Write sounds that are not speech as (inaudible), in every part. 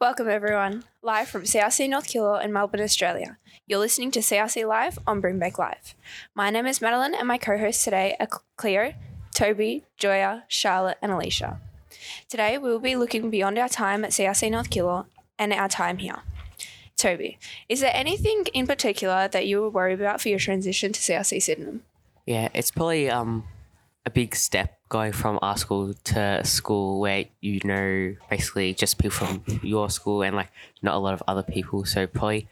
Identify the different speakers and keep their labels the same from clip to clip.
Speaker 1: Welcome, everyone, live from CRC North Kilo in Melbourne, Australia. You're listening to CRC Live on Broombeck Live. My name is Madeline, and my co hosts today are Cleo, Toby, Joya, Charlotte, and Alicia. Today, we will be looking beyond our time at CRC North Kilo and our time here. Toby, is there anything in particular that you were worried about for your transition to CRC Sydenham?
Speaker 2: Yeah, it's probably um a big step going from our school to a school where you know basically just people from your school and like not a lot of other people. So probably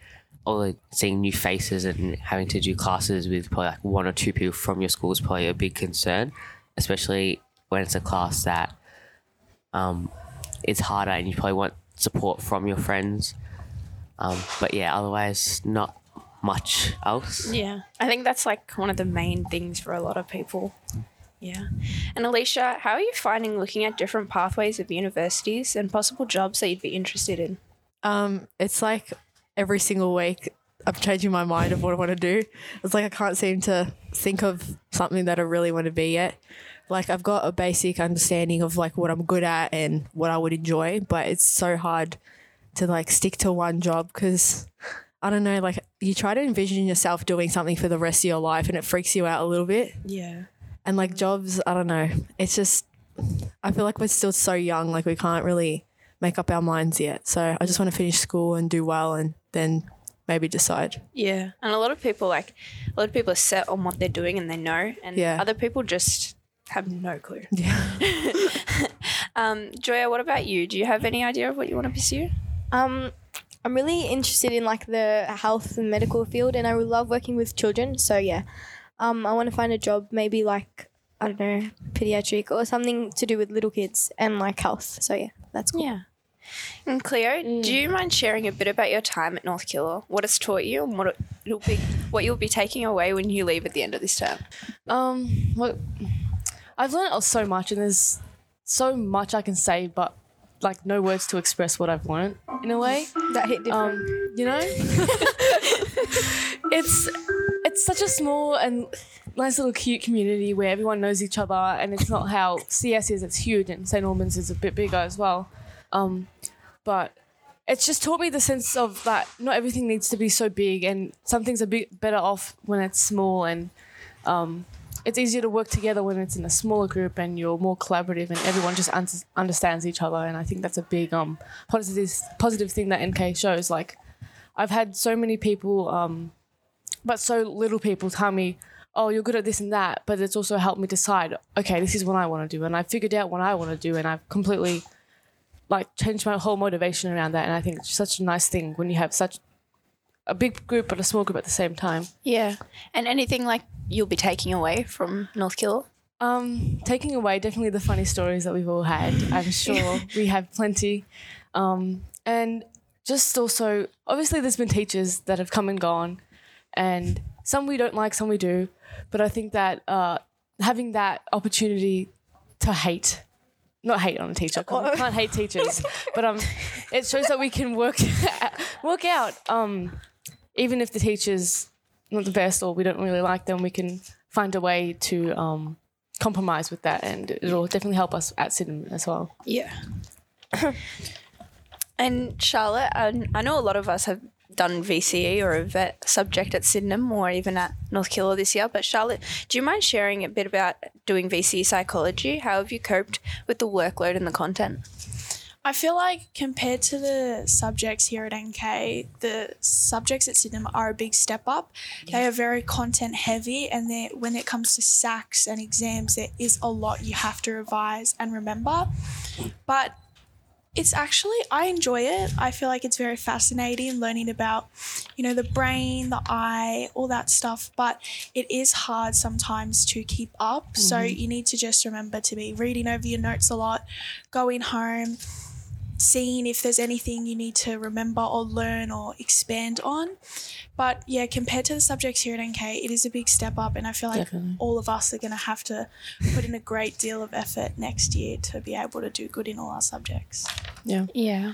Speaker 2: all the seeing new faces and having to do classes with probably like one or two people from your school is probably a big concern, especially when it's a class that um it's harder and you probably want support from your friends. Um, but yeah, otherwise not much else.
Speaker 1: Yeah, I think that's like one of the main things for a lot of people. Yeah. And Alicia, how are you finding looking at different pathways of universities and possible jobs that you'd be interested in?
Speaker 3: Um, it's like every single week I'm changing my mind of what I want to do. It's like I can't seem to think of something that I really want to be yet. Like I've got a basic understanding of like what I'm good at and what I would enjoy, but it's so hard to like stick to one job because I don't know, like you try to envision yourself doing something for the rest of your life and it freaks you out a little bit
Speaker 1: Yeah.
Speaker 3: and like jobs i don't know it's just i feel like we're still so young like we can't really make up our minds yet so i just want to finish school and do well and then maybe decide
Speaker 1: Yeah. And a lot of people like a lot of people are set on what they're doing and they know and
Speaker 3: Yeah.
Speaker 1: other people just have no clue.
Speaker 3: yeah
Speaker 1: (laughs) Um, Joya, what about you? Do you have any idea of what you want to pursue?
Speaker 4: Um, I'm really interested in like the health and medical field, and I love working with children. So yeah, um, I want to find a job maybe like I don't know, pediatric or something to do with little kids and like health. So yeah, that's cool.
Speaker 1: Yeah. Mm. And Cleo, do you mind sharing a bit about your time at North Killer? What it's taught you and what it- it'll be what you'll be taking away when you leave at the end of this term?
Speaker 5: Um, what I've learned so much, and there's so much I can say, but like no words to express what I've learned in a way.
Speaker 4: That hit different.
Speaker 5: Um, you know, (laughs) it's it's such a small and nice little cute community where everyone knows each other, and it's not how CS is. It's huge, and St Albans is a bit bigger as well. Um, but it's just taught me the sense of that not everything needs to be so big, and some things are bit better off when it's small, and um, it's easier to work together when it's in a smaller group and you're more collaborative and everyone just un- understands each other. And I think that's a big um, positive positive thing that NK shows. Like I've had so many people, um, but so little people tell me, "Oh, you're good at this and that," but it's also helped me decide, okay, this is what I want to do, and I figured out what I want to do, and I've completely like changed my whole motivation around that. And I think it's such a nice thing when you have such a big group but a small group at the same time.
Speaker 1: Yeah. And anything like you'll be taking away from North Killer?
Speaker 5: Um, taking away definitely the funny stories that we've all had. I'm sure we have plenty. Um, and just also, obviously, there's been teachers that have come and gone, and some we don't like, some we do. But I think that uh, having that opportunity to hate, not hate on a teacher, 'cause we can't hate teachers, but um, it shows that we can work (laughs) work out. Um, even if the teachers not the best or we don't really like them, we can find a way to um, compromise with that, and it'll definitely help us at Sydenham as well.
Speaker 1: Yeah. (coughs) and Charlotte, I, I know a lot of us have done VCE or a vet subject at Sydenham or even at North Killer this year. But Charlotte, do you mind sharing a bit about doing VCE psychology? How have you coped with the workload and the content?
Speaker 6: I feel like compared to the subjects here at NK, the subjects at Sydenham are a big step up. They are very content heavy, and they- when it comes to SACs and exams, there is a lot you have to revise and remember. But it's actually I enjoy it. I feel like it's very fascinating learning about, you know, the brain, the eye, all that stuff. But it is hard sometimes to keep up. So you need to just remember to be reading over your notes a lot, going home, seeing if there's anything you need to remember or learn or expand on. But yeah, compared to the subjects here at NK, it is a big step up and I feel like
Speaker 5: Definitely.
Speaker 6: all of us are gonna have to put in a great deal of effort next year to be able to do good in all our subjects.
Speaker 1: Yeah.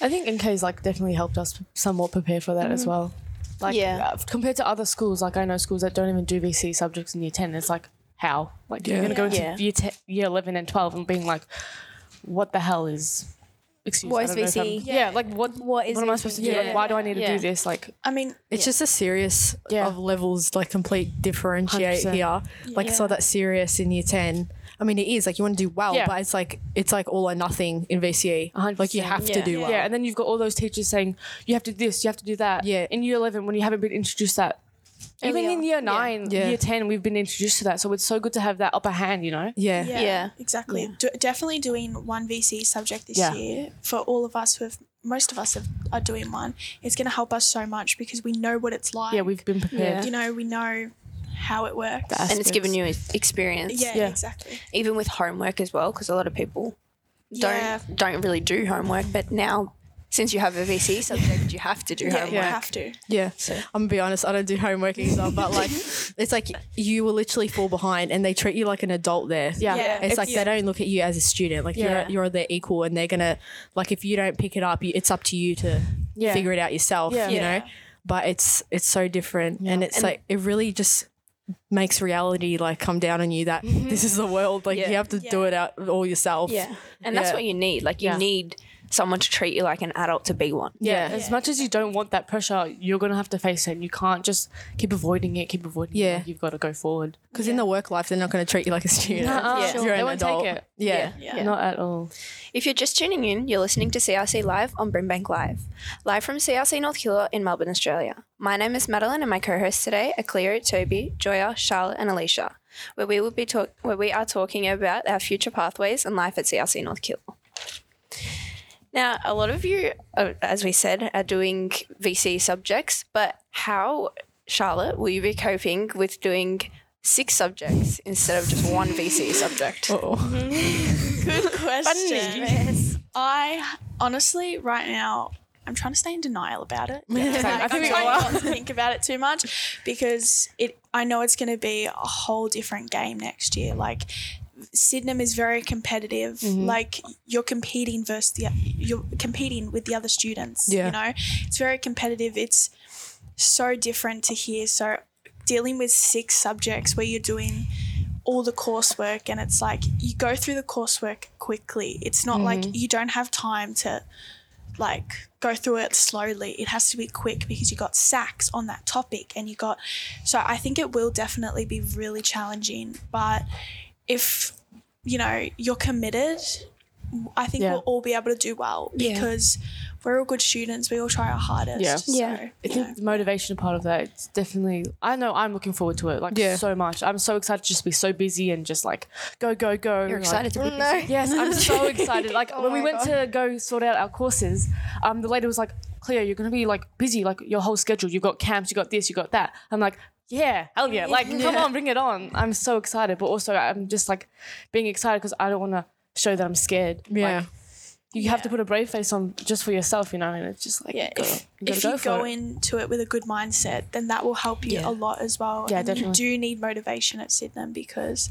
Speaker 5: I think NK's like definitely helped us somewhat prepare for that
Speaker 4: Mm.
Speaker 5: as well. Like
Speaker 1: Yeah.
Speaker 5: uh, compared to other schools, like I know schools that don't even do VC subjects in year ten. It's like how like you're gonna go into
Speaker 1: Yeah.
Speaker 5: year te- year eleven and twelve and being like, what the hell is excuse.
Speaker 4: What
Speaker 5: I
Speaker 4: is
Speaker 5: don't know if I'm-
Speaker 4: VC?
Speaker 5: Yeah. like what?
Speaker 4: What is
Speaker 5: what am I supposed to do?
Speaker 4: VC?
Speaker 5: Like, why do I need to
Speaker 4: Yeah.
Speaker 5: do this? Like,
Speaker 6: I mean,
Speaker 3: It's just a serious
Speaker 5: Yeah.
Speaker 3: of levels, like complete differentiate
Speaker 5: 100%.
Speaker 3: here. Like it's not
Speaker 6: Yeah.
Speaker 3: that serious in year ten. I mean, it is like you want to do well,
Speaker 5: Yeah.
Speaker 3: but it's like it's like all or nothing in VCE.
Speaker 5: 100%.
Speaker 3: Like you have to
Speaker 4: Yeah.
Speaker 3: do
Speaker 5: yeah.
Speaker 3: well.
Speaker 5: and then you've got all those teachers saying you have to do this, you have to do that.
Speaker 3: Yeah.
Speaker 5: In year eleven, when you haven't been introduced that. Even
Speaker 4: Earlier.
Speaker 5: in year nine,
Speaker 3: Yeah.
Speaker 5: year ten, we've been introduced to that, so it's so good to have that upper hand, you know.
Speaker 3: Yeah.
Speaker 6: yeah,
Speaker 1: Yeah.
Speaker 6: exactly. Do, definitely doing one VC subject this
Speaker 5: Yeah.
Speaker 6: year for all of us who have, most of us have, are doing one. It's going to help us so much because we know what it's like.
Speaker 5: Yeah, we've been prepared.
Speaker 1: Yeah.
Speaker 6: you know, we know how it works.
Speaker 1: and it's given you experience,
Speaker 6: yeah,
Speaker 5: Yeah.
Speaker 6: exactly.
Speaker 1: even with homework as well, because a lot of people don't
Speaker 6: Yeah.
Speaker 1: don't really do homework. But now, since you have a VC subject, you have to do
Speaker 6: Yeah,
Speaker 1: homework.
Speaker 6: you have to.
Speaker 3: Yeah. I'm gonna be honest, I don't do homework either, but
Speaker 5: (laughs)
Speaker 3: like it's like you will literally fall behind and they treat you like an adult there.
Speaker 5: Yeah.
Speaker 6: Yeah.
Speaker 3: It's, like they don't look at you as a student. Like
Speaker 5: Yeah.
Speaker 3: you're you're their equal and they're gonna like if you don't pick it up, you, it's up to you to
Speaker 5: Yeah.
Speaker 3: figure it out yourself,
Speaker 5: Yeah.
Speaker 3: you know?
Speaker 6: Yeah.
Speaker 3: But it's it's so different and it's
Speaker 1: And-
Speaker 3: like it really just makes reality like come down on you that
Speaker 5: Mm-hmm.
Speaker 3: this is the world. Like
Speaker 1: Yeah.
Speaker 3: you have to do
Speaker 6: Yeah.
Speaker 3: it out all yourself.
Speaker 1: Yeah. And that's
Speaker 3: Yeah.
Speaker 1: what you need. Like you
Speaker 5: Yeah.
Speaker 1: need someone to treat you like an adult to be one.
Speaker 5: Yeah,
Speaker 3: Yeah.
Speaker 5: as much as you don't want that pressure, you're gonna have to face it. And you can't just keep avoiding it, keep avoiding it.
Speaker 3: Yeah.
Speaker 5: Like, You've got to go forward.
Speaker 3: Because in the work life they're not gonna treat you like a student.
Speaker 5: Yeah.
Speaker 3: You're
Speaker 5: They
Speaker 3: an
Speaker 5: won't take
Speaker 3: adult.
Speaker 5: it.
Speaker 3: Yeah.
Speaker 6: Yeah.
Speaker 5: Not at all.
Speaker 1: If you're just tuning in, you're listening to CRC Live on Brimbank Live, live from CRC North Hiller in Melbourne, Australia. My name is Madeline, and my co-hosts today are Cleo, Toby, Joya, Charlotte, and Alicia, where we will be talk- where we are talking about our future pathways and life at CRC North Hiller. Now, a lot of you, uh, as we said, are doing VC subjects, but how, Charlotte, will you be coping with doing six subjects instead of just one VC subject?
Speaker 6: Good question. I honestly, right now, I'm trying to stay in denial about it.
Speaker 5: I
Speaker 6: I
Speaker 5: think
Speaker 6: am
Speaker 5: we
Speaker 6: trying
Speaker 5: all are.
Speaker 6: not to think about it too much because it. I know it's going to be a whole different game next year. Like Sydenham is very competitive. Like you're competing versus the you're competing with the other students.
Speaker 3: Yeah.
Speaker 6: You know, it's very competitive. It's so different to here. So dealing with six subjects where you're doing all the coursework and it's like you go through the coursework quickly. It's not like you don't have time to like go through it slowly. It has to be quick because you got sacks on that topic and you got so I think it will definitely be really challenging, but if you know, you're committed, I think
Speaker 5: Yeah.
Speaker 6: we'll all be able to do well
Speaker 1: Yeah.
Speaker 6: because we're all good students. We all try our hardest.
Speaker 5: Yeah.
Speaker 6: So,
Speaker 1: Yeah.
Speaker 5: I
Speaker 6: you know.
Speaker 5: think the motivation part of that, it's definitely, I know I'm looking forward to it like
Speaker 3: Yeah.
Speaker 5: so much. I'm so excited to just be so busy and just like go, go, go.
Speaker 1: You're
Speaker 5: like-
Speaker 1: excited to be busy.
Speaker 4: No.
Speaker 5: Yes,
Speaker 6: (laughs)
Speaker 5: I'm so excited. Like
Speaker 6: Oh
Speaker 5: when we went to go sort out our courses, um, the lady was like, "Cleo, you're gonna be like busy, like your whole schedule. You've got camps, you got this, you got that." I'm like, "Yeah, hell yeah! Like come
Speaker 6: (laughs)
Speaker 5: on, bring it on!" I'm so excited, but also I'm just like being excited because I don't want to show that I'm scared.
Speaker 3: Yeah.
Speaker 5: Like, you have to put a brave face on just for yourself, you know. And it's just like,
Speaker 6: yeah,
Speaker 5: gotta-
Speaker 6: if,
Speaker 5: you gotta
Speaker 6: if you
Speaker 5: for
Speaker 6: go
Speaker 5: it.
Speaker 6: into it with a good mindset, then that will help you
Speaker 3: Yeah.
Speaker 6: a lot as well.
Speaker 5: Yeah,
Speaker 6: and
Speaker 5: definitely.
Speaker 6: You do need motivation at Sydenham because,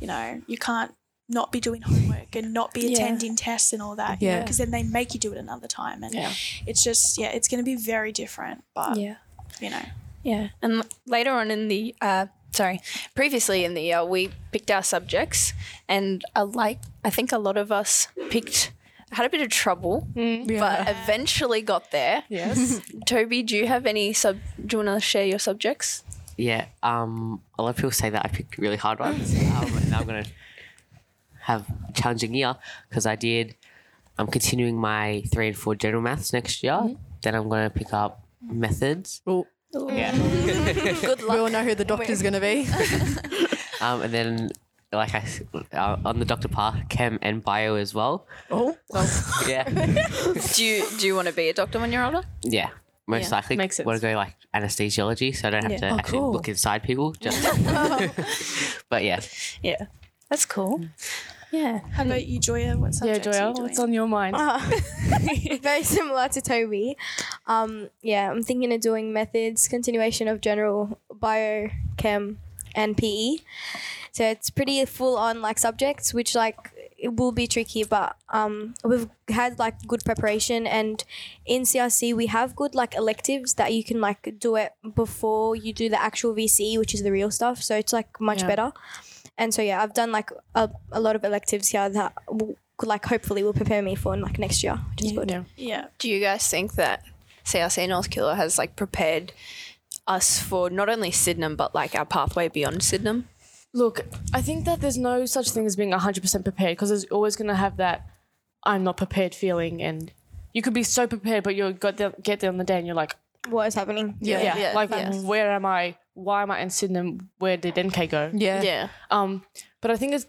Speaker 6: you know, you can't not be doing homework and not be
Speaker 1: Yeah.
Speaker 6: attending tests and all that. Yeah.
Speaker 3: Yeah.
Speaker 6: Because then they make you do it another time, and
Speaker 5: Yeah.
Speaker 6: it's just yeah, it's going to be very different. But
Speaker 1: Yeah.
Speaker 6: you know,
Speaker 1: Yeah, and l- later on in the uh, sorry, previously in the year we picked our subjects, and I like I think a lot of us picked had a bit of trouble, but eventually got there.
Speaker 5: yes,
Speaker 1: (laughs) Toby, do you have any sub? Do you want to share your subjects?
Speaker 2: Yeah, um, a lot of people say that I picked really hard ones, um, and I'm gonna have a challenging year because I did. I'm continuing my three and four general maths next year. Then I'm gonna pick up methods.
Speaker 3: Well,
Speaker 2: Yeah,
Speaker 1: Good
Speaker 3: we
Speaker 1: luck.
Speaker 3: all know who the doctor's gonna be.
Speaker 2: um, and then like I s- uh, on the doctor path, chem and bio as well.
Speaker 3: (laughs) Oh,
Speaker 2: Yeah,
Speaker 1: do you do you want to be a doctor when you're older?
Speaker 2: yeah. Most likely,
Speaker 5: Makes
Speaker 2: want to go like anesthesiology, so I don't have to
Speaker 1: Yeah.
Speaker 2: actually
Speaker 3: cool.
Speaker 2: look inside people. Just, (laughs) but yeah,
Speaker 1: Yeah, that's cool. Yeah,
Speaker 6: how about you, Joya? What
Speaker 5: yeah,
Speaker 6: subjects are
Speaker 5: Joel,
Speaker 6: you doing?
Speaker 5: what's on your mind?
Speaker 4: (laughs) very similar to Toby. Um, yeah, I'm thinking of doing methods, continuation of general bio, chem, and PE. So it's pretty full on like subjects, which like it will be tricky, but um, we've had like good preparation, and in CRC we have good like electives that you can like do it before you do the actual VCE, which is the real stuff. So it's like much
Speaker 5: Yeah.
Speaker 4: better. And so yeah, I've done like a, a lot of electives here that w- could, like hopefully will prepare me for in like next year, which is good.
Speaker 6: Yeah.
Speaker 1: Do you guys think that CRC North Killer has like prepared us for not only Sydenham but like our pathway beyond Sydenham?
Speaker 5: Look, I think that there's no such thing as being 100% prepared because there's always going to have that I'm not prepared feeling. And you could be so prepared, but you'll got there, get there on the day and you're like,
Speaker 4: What is happening?
Speaker 5: yeah,
Speaker 1: Yeah,
Speaker 5: like,
Speaker 1: yeah.
Speaker 5: where am I? Why am I in Sydney? Where did NK go?
Speaker 3: Yeah.
Speaker 5: Um, but I think it's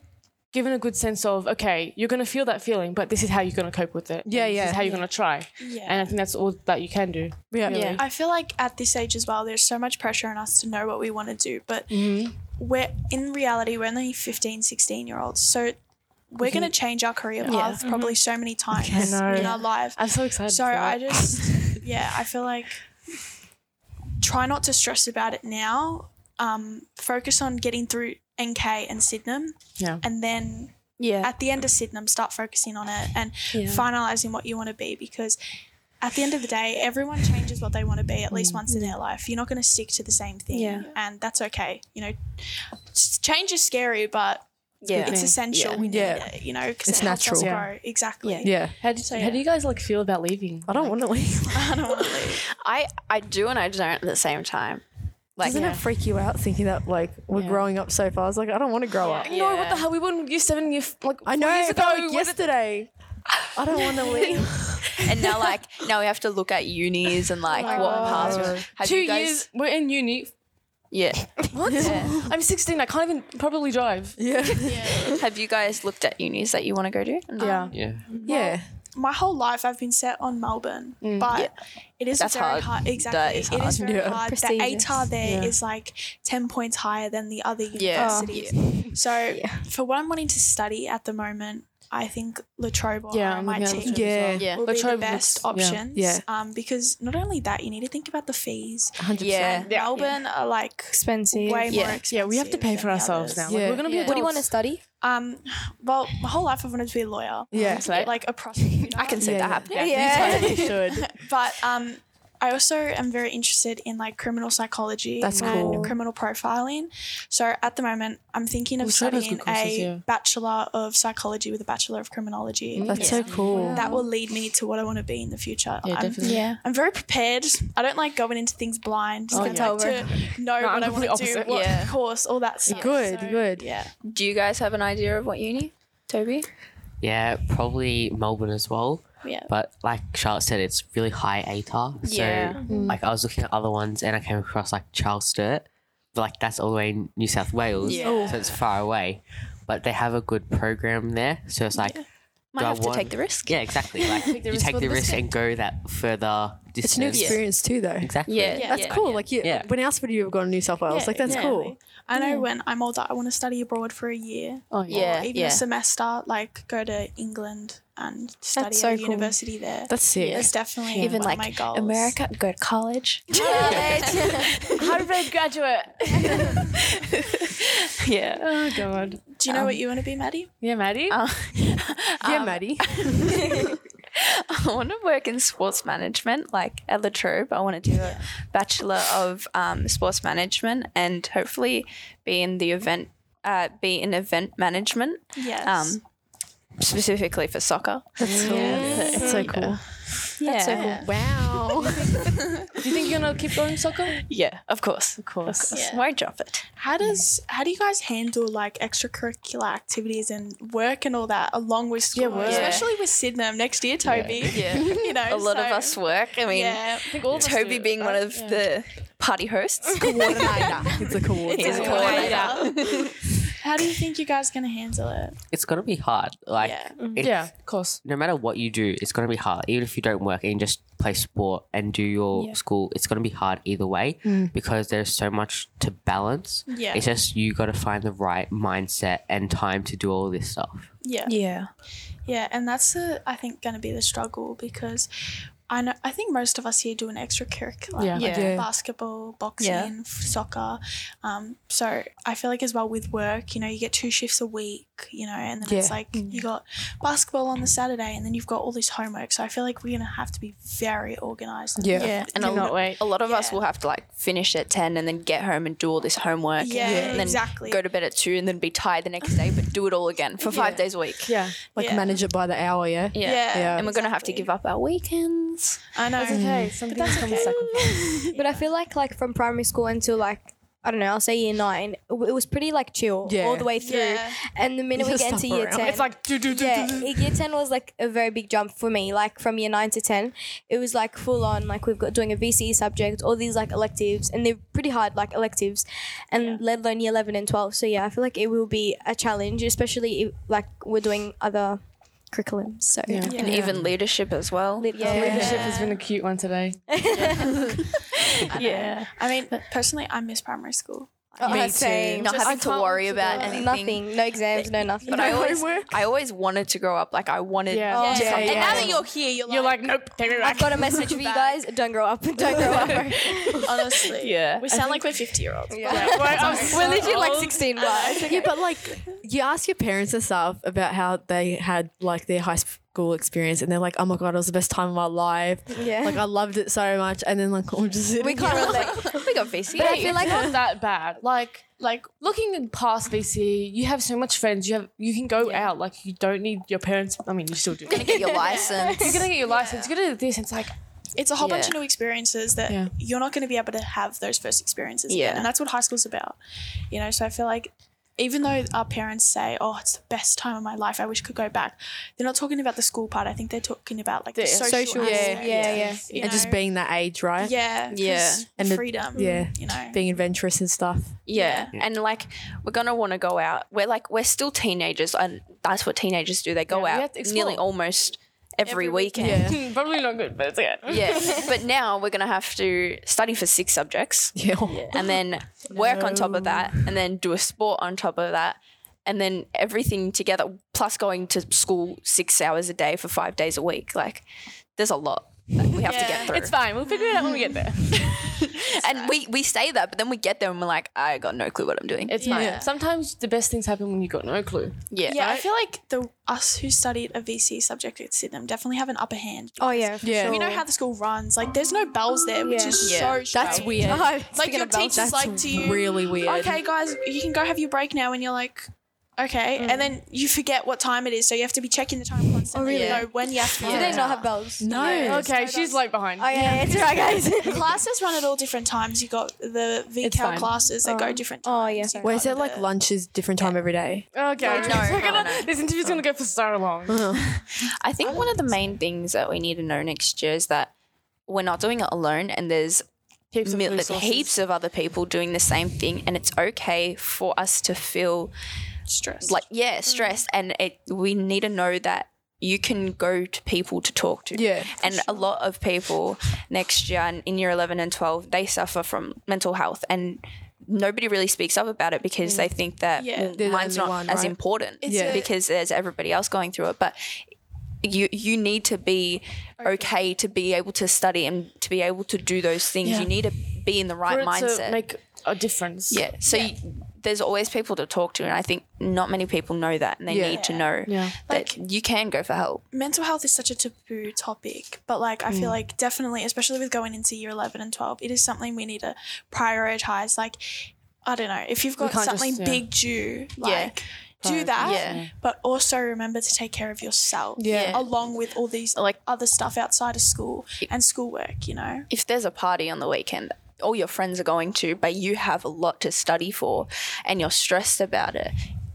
Speaker 5: given a good sense of, okay, you're going to feel that feeling, but this is how you're going to cope with it.
Speaker 3: Yeah,
Speaker 5: And This
Speaker 3: yeah.
Speaker 5: is how you're going to try.
Speaker 6: Yeah.
Speaker 5: And I think that's all that you can do.
Speaker 3: Yeah.
Speaker 5: Yeah.
Speaker 6: I feel like at this age as well, there's so much pressure on us to know what we want to do, but
Speaker 5: Mm-hmm.
Speaker 6: we're in reality, we're only 15, 16 year olds. So we're going to
Speaker 5: Mm-hmm.
Speaker 6: change our career path probably
Speaker 5: (laughs)
Speaker 6: so many times
Speaker 5: know.
Speaker 6: in our life.
Speaker 5: I'm so excited.
Speaker 6: So
Speaker 5: for
Speaker 6: I
Speaker 1: (laughs)
Speaker 5: it.
Speaker 6: just, yeah, I feel like try not to stress about it now. Um, focus on getting through NK and Sydenham,
Speaker 5: Yeah.
Speaker 6: and then
Speaker 1: Yeah.
Speaker 6: at the end of Sydenham, start focusing on it and finalizing what you want to be because at the end of the day, everyone changes what they want to be at least once in their life. You're not going to stick to the same thing,
Speaker 1: Mm. Yeah.
Speaker 6: and that's okay. You know, s- change is scary, but
Speaker 1: yeah.
Speaker 6: it's essential. We need
Speaker 3: Yeah.
Speaker 6: it, you know, because
Speaker 3: It's
Speaker 6: it helps us
Speaker 3: natural.
Speaker 5: Yeah.
Speaker 6: grow. Exactly.
Speaker 1: Yeah.
Speaker 3: Yeah.
Speaker 5: How do,
Speaker 6: So,
Speaker 5: how
Speaker 6: yeah.
Speaker 5: do you guys like feel about leaving?
Speaker 3: I don't want to leave.
Speaker 6: I don't want to leave.
Speaker 1: I, I do and I don't at the same time. Like
Speaker 3: Doesn't it freak you out thinking that like we're
Speaker 5: Yeah.
Speaker 3: growing up so fast? Like I don't want to grow up.
Speaker 5: No, what the hell? We were in year seven, year f- like
Speaker 3: I know.
Speaker 5: four years
Speaker 3: it felt
Speaker 5: ago.
Speaker 3: like
Speaker 5: What did-
Speaker 3: yesterday. I don't want to leave.
Speaker 1: and now like now we have to look at unis and like what paths
Speaker 3: Uh,
Speaker 1: we're- have
Speaker 5: Two
Speaker 1: you guys,
Speaker 5: years. We're in uni.
Speaker 1: Yeah. What?
Speaker 5: I'm 16. I can't even probably drive.
Speaker 3: Yeah.
Speaker 1: have you guys looked at unis that you want to go to?
Speaker 5: Yeah.
Speaker 2: Yeah.
Speaker 3: Yeah.
Speaker 6: My whole life, I've been set on Melbourne, but it is a
Speaker 1: That's
Speaker 6: very
Speaker 1: hard.
Speaker 6: hard. Exactly,
Speaker 1: That is
Speaker 6: it
Speaker 1: hard.
Speaker 6: is very
Speaker 3: Yeah.
Speaker 6: hard. The
Speaker 4: Prestigious.
Speaker 6: ATAR there is like ten points higher than the other
Speaker 1: Yeah. Oh.
Speaker 6: universities. So for what I'm wanting to study at the moment, I think Latrobe or
Speaker 5: Yeah, I'm looking at
Speaker 6: MIT.
Speaker 5: Latrobe.
Speaker 3: Yeah.
Speaker 1: Yeah.
Speaker 6: Will be the
Speaker 5: Latrobe
Speaker 6: best
Speaker 5: looks- yeah.
Speaker 6: options.
Speaker 3: Yeah.
Speaker 6: Um, because not only that, you need to think about the fees.
Speaker 1: Yeah.
Speaker 6: Melbourne are like
Speaker 4: Expensive.
Speaker 6: way
Speaker 1: Yeah.
Speaker 6: more
Speaker 1: Yeah,
Speaker 6: expensive.
Speaker 5: Yeah, we have to pay
Speaker 6: than
Speaker 5: for
Speaker 6: the
Speaker 5: ourselves
Speaker 6: others.
Speaker 5: now. Like,
Speaker 3: Yeah.
Speaker 5: we're gonna be
Speaker 1: Yeah.
Speaker 5: adults.
Speaker 4: What do you want to study?
Speaker 6: Um, well, my whole life I've wanted to be a lawyer.
Speaker 3: Yeah.
Speaker 5: That's right.
Speaker 6: Like a prosecutor.
Speaker 1: I can see
Speaker 3: Yeah,
Speaker 1: that
Speaker 3: yeah.
Speaker 1: happening.
Speaker 4: Yeah.
Speaker 5: you should.
Speaker 6: but um, I also am very interested in like criminal psychology
Speaker 3: That's
Speaker 6: and
Speaker 3: cool.
Speaker 6: criminal profiling. So at the moment, I'm thinking of
Speaker 5: Well, Strobe has
Speaker 6: studying
Speaker 5: good courses,
Speaker 6: a
Speaker 5: yeah. Mm.
Speaker 6: bachelor of psychology with a bachelor of criminology.
Speaker 3: That's so cool.
Speaker 6: That will lead me to what I want to be in the future.
Speaker 5: Yeah,
Speaker 6: I'm,
Speaker 5: definitely.
Speaker 1: Yeah.
Speaker 6: I'm very prepared. I don't like going into things blind. Just
Speaker 5: Oh,
Speaker 6: kinda
Speaker 5: yeah.
Speaker 6: like to know
Speaker 5: No, I'm
Speaker 6: what I
Speaker 5: the
Speaker 6: want to do,
Speaker 5: opposite.
Speaker 6: what
Speaker 1: Yeah.
Speaker 6: course, all that stuff.
Speaker 3: Good, good.
Speaker 6: Yeah.
Speaker 1: Do you guys have an idea of what uni? Toby?
Speaker 2: Yeah, probably Melbourne as well.
Speaker 6: Yeah.
Speaker 2: But like Charlotte said, it's really high ATAR. So
Speaker 1: Yeah.
Speaker 3: Mm-hmm.
Speaker 2: like I was looking at other ones and I came across like Charles Sturt. But like that's all the way in New South Wales.
Speaker 1: Yeah.
Speaker 2: So it's far away. But they have a good program there. So it's like
Speaker 1: Might
Speaker 2: Do I
Speaker 1: have to
Speaker 2: want-
Speaker 1: take the risk.
Speaker 2: Yeah, exactly. Like you
Speaker 5: risk
Speaker 2: take
Speaker 5: for
Speaker 2: the
Speaker 5: the
Speaker 2: risk and go that further
Speaker 3: It's a new
Speaker 2: distance.
Speaker 3: experience too, though.
Speaker 2: Exactly.
Speaker 1: Yeah.
Speaker 3: That's cool. Like, you,
Speaker 2: Yeah.
Speaker 3: when else would you have gone to New South Wales?
Speaker 6: Yeah,
Speaker 3: like, that's cool.
Speaker 6: I know when I'm older, I want to study abroad for a year.
Speaker 5: Oh
Speaker 1: Yeah.
Speaker 6: or even a semester, like go to England and study
Speaker 4: so
Speaker 6: at a
Speaker 4: cool.
Speaker 6: university there.
Speaker 3: That's sick.
Speaker 6: That's definitely
Speaker 1: Even like
Speaker 6: one of my goals.
Speaker 1: America, go to college.
Speaker 5: Harvard graduate.
Speaker 1: (laughs) yeah. Uh,
Speaker 5: Oh god.
Speaker 6: Do you know
Speaker 1: um,
Speaker 6: what you want to be, Maddie?
Speaker 5: Yeah, Maddie.
Speaker 3: yeah, Maddie.
Speaker 1: (laughs) I want to work in sports management, like at Latrobe. I want to do a bachelor of um, sports management and hopefully be in the event, uh, be in event management,
Speaker 6: Yes.
Speaker 1: um, specifically for soccer.
Speaker 3: That's cool. That's so cool.
Speaker 1: Yeah,
Speaker 3: So cool. Wow.
Speaker 5: (laughs) do you think you're gonna keep going soccer?
Speaker 1: yeah, of course, of
Speaker 5: course.
Speaker 1: course. Won't drop it.
Speaker 6: how does how do you guys handle like extracurricular activities and work and all that along with school?
Speaker 5: work.
Speaker 1: Yeah.
Speaker 6: Especially with Sydenham next year, Toby.
Speaker 1: (laughs) Yeah.
Speaker 6: (laughs) you know,
Speaker 1: A lot of
Speaker 6: so-
Speaker 1: us work. I mean,
Speaker 6: Yeah.
Speaker 5: I think all of us
Speaker 1: Toby
Speaker 5: do.
Speaker 1: being one of the party hosts.
Speaker 3: it's a
Speaker 1: (laughs)
Speaker 3: cool.
Speaker 1: He's a
Speaker 6: Yeah. How do you think you guys gonna handle it?
Speaker 2: It's gonna be hard. Like
Speaker 6: Yeah.
Speaker 2: it's-
Speaker 5: Yeah, of course.
Speaker 2: No matter what you do, it's gonna be hard. Even if you don't work and you just play sport and do your school, it's gonna be hard either way because there's so much to balance.
Speaker 6: Yeah.
Speaker 2: It's just you gotta find the right mindset and time to do all this stuff.
Speaker 6: Yeah.
Speaker 1: Yeah.
Speaker 6: Yeah, and that's the I think going to be the struggle because I know I think most of us here do an extracurricular,
Speaker 5: Yeah.
Speaker 6: like
Speaker 1: Yeah.
Speaker 3: Yeah.
Speaker 6: basketball, boxing,
Speaker 1: Yeah.
Speaker 6: f- soccer. Um, so I feel like as well with work, you know, you get two shifts a week. work, you know, and then it's
Speaker 3: Yeah.
Speaker 6: like you got basketball on the Saturday and then you've got all this homework. So I feel like we're going to have to be very organized. and
Speaker 3: Yeah.
Speaker 1: Yeah, and a,
Speaker 5: Cannot
Speaker 1: lot-
Speaker 5: wait.
Speaker 1: a lot of us
Speaker 6: Yeah.
Speaker 1: will have to like finish at 10 and then get home and do all this homework.
Speaker 6: Yeah,
Speaker 1: and then
Speaker 6: exactly.
Speaker 1: Go to bed at 2 and then be tired the next day, but do it all again for five days a week.
Speaker 5: Yeah.
Speaker 3: Like
Speaker 6: Yeah.
Speaker 3: manage it by the hour, yeah?
Speaker 1: Yeah.
Speaker 3: Yeah.
Speaker 1: And we're going to have to give up our weekends.
Speaker 6: I know.
Speaker 5: That's okay. Something
Speaker 6: Mm. that's
Speaker 5: comes
Speaker 6: okay.
Speaker 5: sacrifice.
Speaker 4: But I feel like like from primary school until like I don't know, I'll say year nine, it w- it was pretty like chill
Speaker 3: Yeah.
Speaker 4: all the way through.
Speaker 6: Yeah.
Speaker 4: And the minute we
Speaker 3: Just
Speaker 4: get into
Speaker 3: stuff
Speaker 4: year
Speaker 3: around.
Speaker 4: ten,
Speaker 3: It's like do do do
Speaker 4: yeah,
Speaker 3: do. do.
Speaker 4: year ten was like a very big jump for me. Like from year nine to ten, it was like full on. Like we've got doing a VCE subject, all these like electives, and they're pretty hard like electives, and let alone year eleven and twelve. So yeah, I feel like it will be a challenge, especially if, like we're doing other curriculums. So yeah.
Speaker 1: And even leadership as well.
Speaker 5: Leadership has been a cute one today.
Speaker 1: yeah.
Speaker 6: I mean, personally, I miss primary school.
Speaker 3: Me
Speaker 4: (laughs) same.
Speaker 1: Not
Speaker 5: Just-
Speaker 1: having
Speaker 5: I
Speaker 1: to
Speaker 5: can't
Speaker 1: worry
Speaker 5: wait to
Speaker 1: about
Speaker 5: go.
Speaker 1: anything.
Speaker 4: Nothing, no exams, no nothing.
Speaker 1: But I always,
Speaker 3: homework.
Speaker 1: I always wanted to grow up. Like I wanted.
Speaker 5: Yeah.
Speaker 4: Oh,
Speaker 1: to
Speaker 4: yeah,
Speaker 1: come- And
Speaker 4: yeah.
Speaker 1: now that you're here, you're,
Speaker 5: You're like, nope, take me back.
Speaker 4: I've got a message for you guys. Don't grow up. Don't grow up.
Speaker 1: (laughs)
Speaker 6: Honestly.
Speaker 1: Yeah.
Speaker 6: We sound like we're 50 year olds.
Speaker 5: Yeah, we're, I'm so
Speaker 4: We're literally like
Speaker 5: old.
Speaker 4: 16 right?
Speaker 3: Yeah, but like you ask your parents and stuff about how they had like their high school experience, and they're like, "Oh my god, it was the best time of my life.
Speaker 4: Yeah.
Speaker 3: Like I loved it so much." And then like we're just sitting (laughs)
Speaker 4: we
Speaker 3: here.
Speaker 4: can't relate.
Speaker 1: we got VCA.
Speaker 5: But I feel like not that bad. Like like looking past VC, you have so much friends. You have you can go out. Like you don't need your parents. I mean, you still do.
Speaker 1: Gonna get your license.
Speaker 5: You're gonna get your license. You're gonna do this. And it's like
Speaker 6: It's a whole bunch
Speaker 1: Yeah.
Speaker 6: of new experiences that
Speaker 5: Yeah.
Speaker 6: you're not going to be able to have those first experiences.
Speaker 1: Yeah.
Speaker 6: Again. And that's what high school's about. You know, so I feel like even though our parents say, oh, it's the best time of my life, I wish I could go back, they're not talking about the school part. I think they're talking about like the,
Speaker 5: The
Speaker 6: social,
Speaker 5: social-
Speaker 6: aspect,
Speaker 4: Yeah, yeah, yeah.
Speaker 6: you
Speaker 3: and just
Speaker 6: know?
Speaker 3: being that age, right?
Speaker 6: Yeah.
Speaker 1: Yeah.
Speaker 6: 'cause
Speaker 3: And the-
Speaker 6: freedom.
Speaker 3: yeah.
Speaker 6: You know.
Speaker 3: Being adventurous and stuff.
Speaker 1: Yeah. And like we're gonna want to go out. We're like we're still teenagers, and that's what teenagers do. They go
Speaker 5: Yeah, we have
Speaker 1: out
Speaker 5: to explore.
Speaker 1: nearly almost every,
Speaker 6: Every
Speaker 1: weekend.
Speaker 3: Yeah.
Speaker 5: hmm, (laughs) probably not good, but it's okay.
Speaker 1: Yeah.
Speaker 5: (laughs)
Speaker 1: but now we're gonna have to study for six subjects,
Speaker 3: Yeah.
Speaker 1: and then work on top of that, and then do a sport on top of that. And then everything together, plus going to school six hours a day for five days a week. Like, there's a lot that we have to get through.
Speaker 5: It's fine. We'll figure it out when we get there.
Speaker 1: and we, we say that, but then we get there and we're like, I got no clue what I'm doing.
Speaker 5: It's
Speaker 6: Yeah.
Speaker 5: fine. Sometimes the best things happen when you got no clue.
Speaker 1: yeah.
Speaker 6: Yeah, I
Speaker 5: Right?
Speaker 6: feel like the us who studied a VC subject at Sydenham definitely have an upper hand.
Speaker 4: (laughs) Oh yeah, for
Speaker 3: Yeah.
Speaker 4: Sure.
Speaker 6: We know how the school runs. Like, there's no bells there, which
Speaker 4: Yeah.
Speaker 6: is
Speaker 1: Yeah.
Speaker 6: so
Speaker 3: That's (laughs)
Speaker 6: strange.
Speaker 3: weird.
Speaker 6: Like your teachers
Speaker 3: That's
Speaker 6: like to you.
Speaker 3: really weird.
Speaker 6: okay, guys, you can go have your break now. And you're like, okay. And then you forget what time it is. So you have to be checking the time constantly
Speaker 1: really?
Speaker 6: to know when you have to be
Speaker 4: Do
Speaker 6: there.
Speaker 4: they not have bells?
Speaker 3: No.
Speaker 5: Okay, she's like behind.
Speaker 4: Oh yeah, it's alright, guys.
Speaker 6: (laughs)
Speaker 4: (laughs)
Speaker 6: Classes run at all different times. You got the VCAL
Speaker 5: fine.
Speaker 6: classes that go
Speaker 4: Oh.
Speaker 6: different
Speaker 4: Oh,
Speaker 6: times.
Speaker 4: yeah.
Speaker 6: You've
Speaker 3: Wait, is
Speaker 6: got
Speaker 3: it like
Speaker 6: the-
Speaker 3: lunch is different time every day?
Speaker 5: Okay.
Speaker 1: No, no,
Speaker 5: (laughs) We're
Speaker 1: no,
Speaker 5: gonna-
Speaker 1: no.
Speaker 5: This interview's gonna go for so long.
Speaker 1: I think one of the main things that we need to know next year is that we're not doing it alone and there's
Speaker 5: Heaps of
Speaker 1: mil-
Speaker 5: resources.
Speaker 1: heaps of other people doing the same thing and it's okay for us to feel
Speaker 6: stress.
Speaker 1: like yeah stressed and it we need to know that you can go to people to talk to
Speaker 3: Yeah,
Speaker 1: and a lot of people next year and in year 11 and 12 they suffer from mental health and nobody really speaks up about it because they think that
Speaker 6: Yeah.
Speaker 1: well,
Speaker 3: They're the
Speaker 1: mine's
Speaker 3: only
Speaker 1: not
Speaker 3: one,
Speaker 1: as
Speaker 3: right?
Speaker 1: important
Speaker 6: It's
Speaker 3: Yeah.
Speaker 6: a-
Speaker 1: because there's everybody else going through it but you you need to be okay to be able to study and to be able to do those things
Speaker 5: Yeah.
Speaker 1: you need to be in the right
Speaker 5: For it to
Speaker 1: mindset
Speaker 5: make a difference.
Speaker 1: yeah. So You, there's always people to talk to, and I think not many people know that, and they
Speaker 3: Yeah.
Speaker 1: need to know
Speaker 5: Yeah.
Speaker 1: that you can go for help.
Speaker 6: mental health is such a taboo topic, but like I feel like definitely, especially with going into year eleven and twelve, it is something we need to prioritize. Like, I don't know if you've got
Speaker 5: can't just-
Speaker 6: something
Speaker 5: yeah.
Speaker 6: big due, like do that,
Speaker 1: Yeah.
Speaker 6: but also remember to take care of yourself.
Speaker 3: Yeah.
Speaker 6: along with all these like other stuff outside of school and schoolwork. You know,
Speaker 1: If there's a party on the weekend, all your friends are going to, but you have a lot to study for, and you're stressed about it.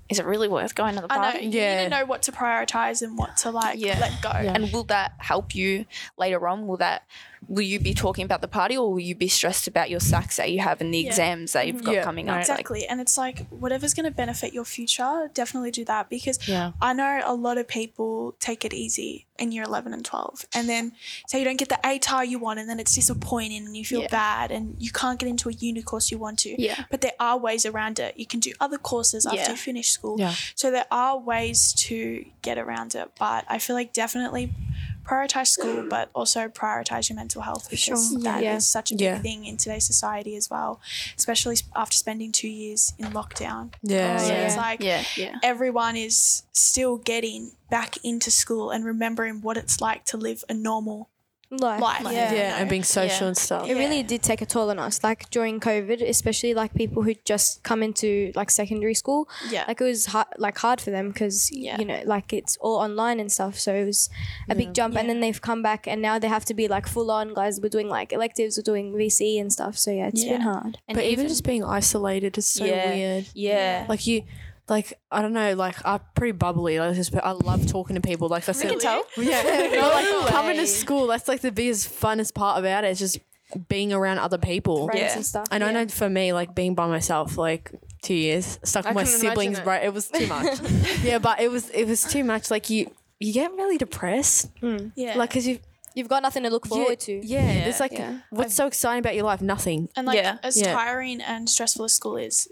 Speaker 1: Is it really worth going to the
Speaker 6: I
Speaker 1: party?
Speaker 6: know you need
Speaker 3: Yeah.
Speaker 6: to know what to prioritize and what to like
Speaker 1: Yeah.
Speaker 6: let go.
Speaker 1: And will that help you later on? Will that will you be talking about the party, or will you be stressed about your sacks that you have and the exams that you've got
Speaker 3: Yeah.
Speaker 1: coming up? Like,
Speaker 6: Exactly. and it's like whatever's going to benefit your future, definitely do that because
Speaker 5: Yeah.
Speaker 6: I know a lot of people take it easy in year 11 and 12 and then say you don't get the ATAR you want and then it's disappointing and you feel
Speaker 1: Yeah.
Speaker 6: bad and you can't get into a uni course you want to.
Speaker 1: Yeah.
Speaker 6: But there are ways around it. You can do other courses after
Speaker 1: Yeah.
Speaker 6: you finish school.
Speaker 5: Yeah.
Speaker 6: So there are ways to get around it, but I feel like definitely prioritize school, but also prioritize your mental health because
Speaker 4: sure.
Speaker 6: that is
Speaker 4: Yeah.
Speaker 6: such a big
Speaker 3: Yeah.
Speaker 6: thing in today's society as well, especially s- after spending two years in lockdown.
Speaker 3: Yeah,
Speaker 6: So
Speaker 3: yeah.
Speaker 6: it's like
Speaker 7: Yeah, yeah.
Speaker 6: everyone is still getting back into school and remembering what it's like to live a normal
Speaker 4: Life.
Speaker 6: life.
Speaker 7: Yeah.
Speaker 3: yeah, and being social
Speaker 7: Yeah.
Speaker 3: and stuff.
Speaker 4: It really did take a toll on us, like during COVID, especially like people who just come into like secondary school.
Speaker 6: Yeah.
Speaker 4: Like it was hard, like hard for them because
Speaker 6: Yeah.
Speaker 4: you know, like it's all online and stuff. So it was a big jump, and then they've come back, and now they have to be like full on guys. We're doing like electives, we're doing VC and stuff. So yeah, it's been
Speaker 6: Yeah.
Speaker 4: hard.
Speaker 7: And
Speaker 3: But even, just being isolated is so
Speaker 7: Yeah.
Speaker 3: weird.
Speaker 7: yeah,
Speaker 3: Like you, like I don't know, like I'm pretty bubbly. Like just, I love talking to people. Like that's
Speaker 7: can
Speaker 3: it.
Speaker 7: tell.
Speaker 3: Yeah, No, like
Speaker 7: No
Speaker 3: coming
Speaker 7: way.
Speaker 3: to school. That's like the biggest funnest part about it. It's just being around other people.
Speaker 4: Friends
Speaker 7: Yeah.
Speaker 4: and stuff.
Speaker 3: And I
Speaker 4: yeah.
Speaker 3: know for me, like being by myself, like two years stuck
Speaker 5: I
Speaker 3: with my
Speaker 5: couldn't imagine
Speaker 3: siblings,
Speaker 5: it.
Speaker 3: right? It was too much. yeah, but it was it was too much. Like you, you get really depressed.
Speaker 6: Yeah.
Speaker 3: Like because you
Speaker 4: Hmm. You've got nothing to look
Speaker 3: yeah,
Speaker 4: forward to.
Speaker 3: Yeah, it's like
Speaker 4: yeah.
Speaker 3: what's so exciting about your life? Nothing.
Speaker 6: and like
Speaker 7: Yeah.
Speaker 6: as
Speaker 3: Yeah.
Speaker 6: tiring and stressful as school is,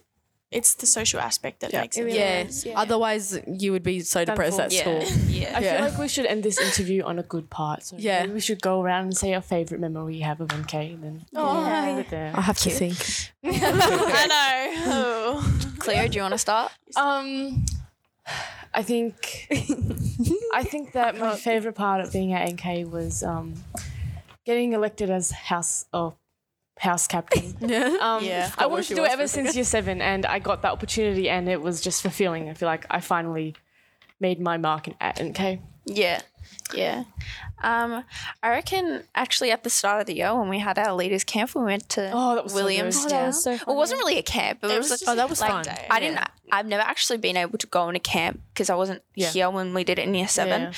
Speaker 6: it's the social aspect that makes it.
Speaker 4: really
Speaker 7: Yeah.
Speaker 4: is, yeah.
Speaker 3: Otherwise, you would be so depressed
Speaker 5: for.
Speaker 3: at
Speaker 7: yeah,
Speaker 3: school.
Speaker 7: yeah.
Speaker 5: I
Speaker 3: Yeah.
Speaker 5: feel like we should end this interview on a good part. So
Speaker 3: Yeah.
Speaker 5: maybe we should go around and say our favorite memory you have of MK and then
Speaker 4: Oh, Yeah.
Speaker 5: leave it there.
Speaker 3: I have to think.
Speaker 7: I
Speaker 1: (laughs)
Speaker 7: know. Cleo, do you want to start?
Speaker 5: Um, I think I think that my favorite part of being at NK was um, getting elected as house or house (laughs) captain.
Speaker 3: Yeah.
Speaker 5: Um,
Speaker 7: Yeah.
Speaker 5: I
Speaker 7: Forgot what
Speaker 5: wanted
Speaker 7: she
Speaker 5: to do
Speaker 7: was
Speaker 5: it ever since year seven, and I got that opportunity, and it was just fulfilling. I feel like I finally made my mark in, at NK.
Speaker 7: Yeah, yeah.
Speaker 1: Um, I reckon actually at the start of the year when we had our leaders camp, we went to
Speaker 5: Oh, that was so good.
Speaker 1: Williamstown.
Speaker 4: Oh, that was so
Speaker 1: Well, it wasn't really a camp. It, was, just
Speaker 3: oh, that was fun.
Speaker 1: I didn't. I've never actually been able to go on a camp because I wasn't
Speaker 5: Yeah.
Speaker 1: here when we did it in year seven.
Speaker 5: Yeah.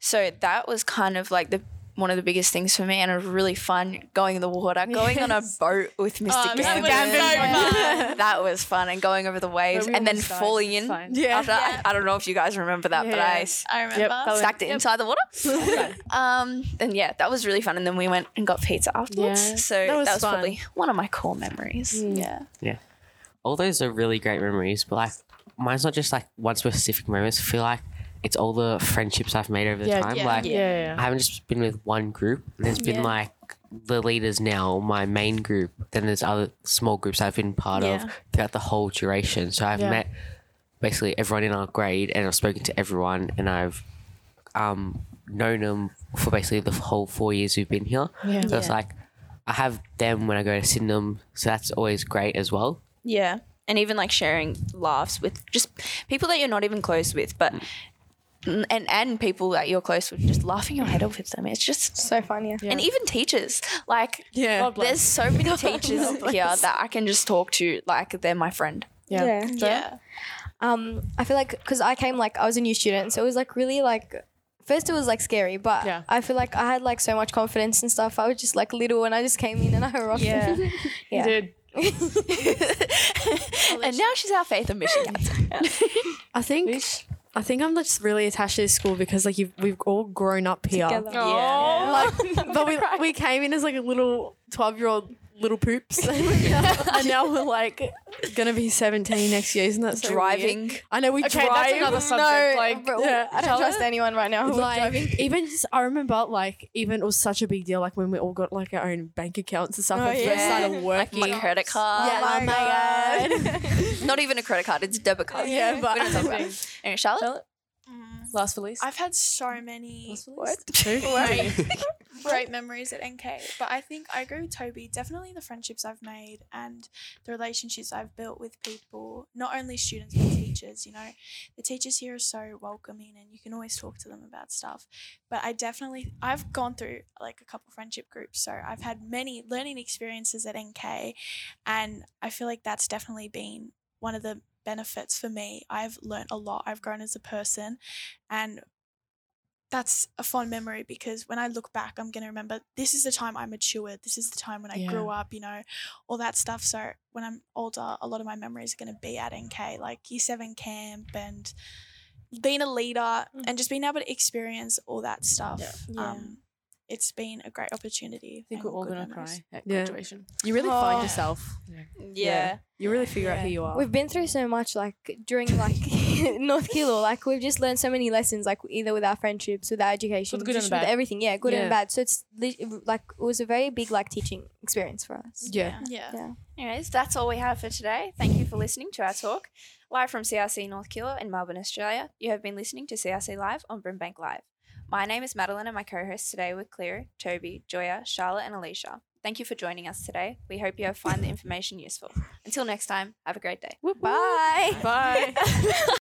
Speaker 1: So that was kind of like the one of the biggest things for me, and it was really fun going in the water, going on a boat with Mr. Gambin. (laughs) that was fun, and going over the waves,
Speaker 5: we
Speaker 1: and then
Speaker 5: almost died.
Speaker 1: falling
Speaker 5: It's
Speaker 1: in.
Speaker 5: fine.
Speaker 3: Yeah.
Speaker 1: After I, I don't know if you guys remember that, but I s-
Speaker 6: I remember.
Speaker 5: Yep,
Speaker 3: Oh,
Speaker 5: that was-
Speaker 1: stacked it inside the
Speaker 3: (laughs)
Speaker 1: water. um, and yeah, that was really fun. And then we went and got pizza afterwards.
Speaker 5: Yeah.
Speaker 1: So
Speaker 3: That
Speaker 1: that
Speaker 3: was
Speaker 1: was,
Speaker 3: fun. Hmm.
Speaker 1: probably one of my core memories.
Speaker 6: yeah.
Speaker 2: all those are really great memories, but like mine's not just like one specific memory. I feel like it's all the friendships I've made over the
Speaker 5: Yeah,
Speaker 2: time.
Speaker 7: yeah,
Speaker 2: like
Speaker 5: Yeah, yeah.
Speaker 2: I haven't just been with one group. There's been
Speaker 7: Yeah.
Speaker 2: like the leaders now, my main group. Then there's other small groups I've been part
Speaker 7: Yeah.
Speaker 2: of throughout the whole duration. So I've
Speaker 5: Yeah.
Speaker 2: met basically everyone in our grade, and I've spoken to everyone, and I've um, known them for basically the whole four years we've been here.
Speaker 5: Yeah.
Speaker 2: So it's like I have them when I go to Sydenham, so that's always great as well.
Speaker 1: Yeah. And even like sharing laughs with just people that you're not even close with, but and and people that you're close with, just laughing your head off with them. It's just
Speaker 4: so fun. Yeah.
Speaker 1: and even teachers like
Speaker 3: Yeah.
Speaker 5: God bless.
Speaker 1: there's so
Speaker 3: (laughs)
Speaker 1: many (laughs) teachers here that I can just talk to like they're my friend.
Speaker 5: Yeah.
Speaker 6: Yeah.
Speaker 4: um i feel like because i came like i was a new student so it was like really like first it was like scary but
Speaker 5: Yeah.
Speaker 4: i feel like i had like so much confidence and stuff i was just like little and i just came in and i rocked (laughs)
Speaker 7: Yeah.
Speaker 4: it.
Speaker 5: You
Speaker 4: Yeah.
Speaker 5: did.
Speaker 3: Oh,
Speaker 1: and now she's our faith and mission
Speaker 3: (laughs)
Speaker 1: captain.
Speaker 3: I think I think I'm just really attached to this school because like you've, we've all grown up here.
Speaker 4: Together.
Speaker 5: Yeah.
Speaker 3: Like, but we, we came in as like a little 12 year old little poops. (laughs) and now we're like gonna be 17 next year, isn't that so weird?
Speaker 1: Driving.
Speaker 3: I know we
Speaker 5: Okay,
Speaker 3: drive.
Speaker 5: that's another subject. like,
Speaker 4: But
Speaker 3: yeah.
Speaker 4: i don't trust anyone right now
Speaker 3: like
Speaker 4: (laughs)
Speaker 3: even just, I remember like even it was such a big deal like when we all got like our own bank accounts and stuff
Speaker 4: Oh,
Speaker 3: and first
Speaker 4: yeah.
Speaker 3: started working.
Speaker 1: My credit card.
Speaker 5: Oh
Speaker 3: yeah, like,
Speaker 4: Oh
Speaker 3: uh,
Speaker 4: my god (laughs)
Speaker 1: Not even a credit card, it's a debit card.
Speaker 3: yeah, but
Speaker 1: (laughs) And Charlotte?
Speaker 6: Mm.
Speaker 5: Last release.
Speaker 6: I've had so many (laughs) great memories at NK, but I think I agree with Toby. Definitely the friendships I've made and the relationships I've built with people, not only students but teachers. You know, the teachers here are so welcoming, and you can always talk to them about stuff. But I definitely, I've gone through like a couple friendship groups, so I've had many learning experiences at NK, and I feel like that's definitely been one of the benefits for me. I've learnt a lot. I've grown as a person, and that's a fond memory because when I look back, I'm going to remember this is the time I matured. This is the time when I grew up, you know, all that stuff. So when I'm older, a lot of my memories are going to be at NK, like year seven camp and being a leader
Speaker 5: Mm.
Speaker 6: and just being able to experience all that stuff.
Speaker 4: Yeah.
Speaker 6: Um, it's been a great opportunity.
Speaker 5: I think
Speaker 6: and
Speaker 5: we're all
Speaker 6: good
Speaker 5: gonna
Speaker 6: memories.
Speaker 5: cry at
Speaker 3: Yeah.
Speaker 5: graduation.
Speaker 3: you really find yourself.
Speaker 1: Yeah.
Speaker 3: You really figure out who you are.
Speaker 4: we've been through so much like (laughs) during like North Kilo, like we've just learned so many lessons, like either with our friendships, with our education,
Speaker 5: With good
Speaker 4: just
Speaker 5: and
Speaker 4: with
Speaker 5: bad.
Speaker 4: everything. Yeah, good
Speaker 3: Yeah.
Speaker 4: and bad. So it's li- like it was a very big like teaching experience for us.
Speaker 3: Yeah.
Speaker 6: Yeah.
Speaker 1: Anyways, that's all we have for today. Thank you for listening to our talk. Live from CRC North Kilo in Melbourne, Australia, you have been listening to CRC Live on Brimbank Live. My name is Madeline, and my co hosts today were Claire, Toby, Joya, Charlotte, and Alicia. Thank you for joining us today. We hope (laughs) you have found the information useful. Until next time, have a great day. Bye.
Speaker 5: Bye.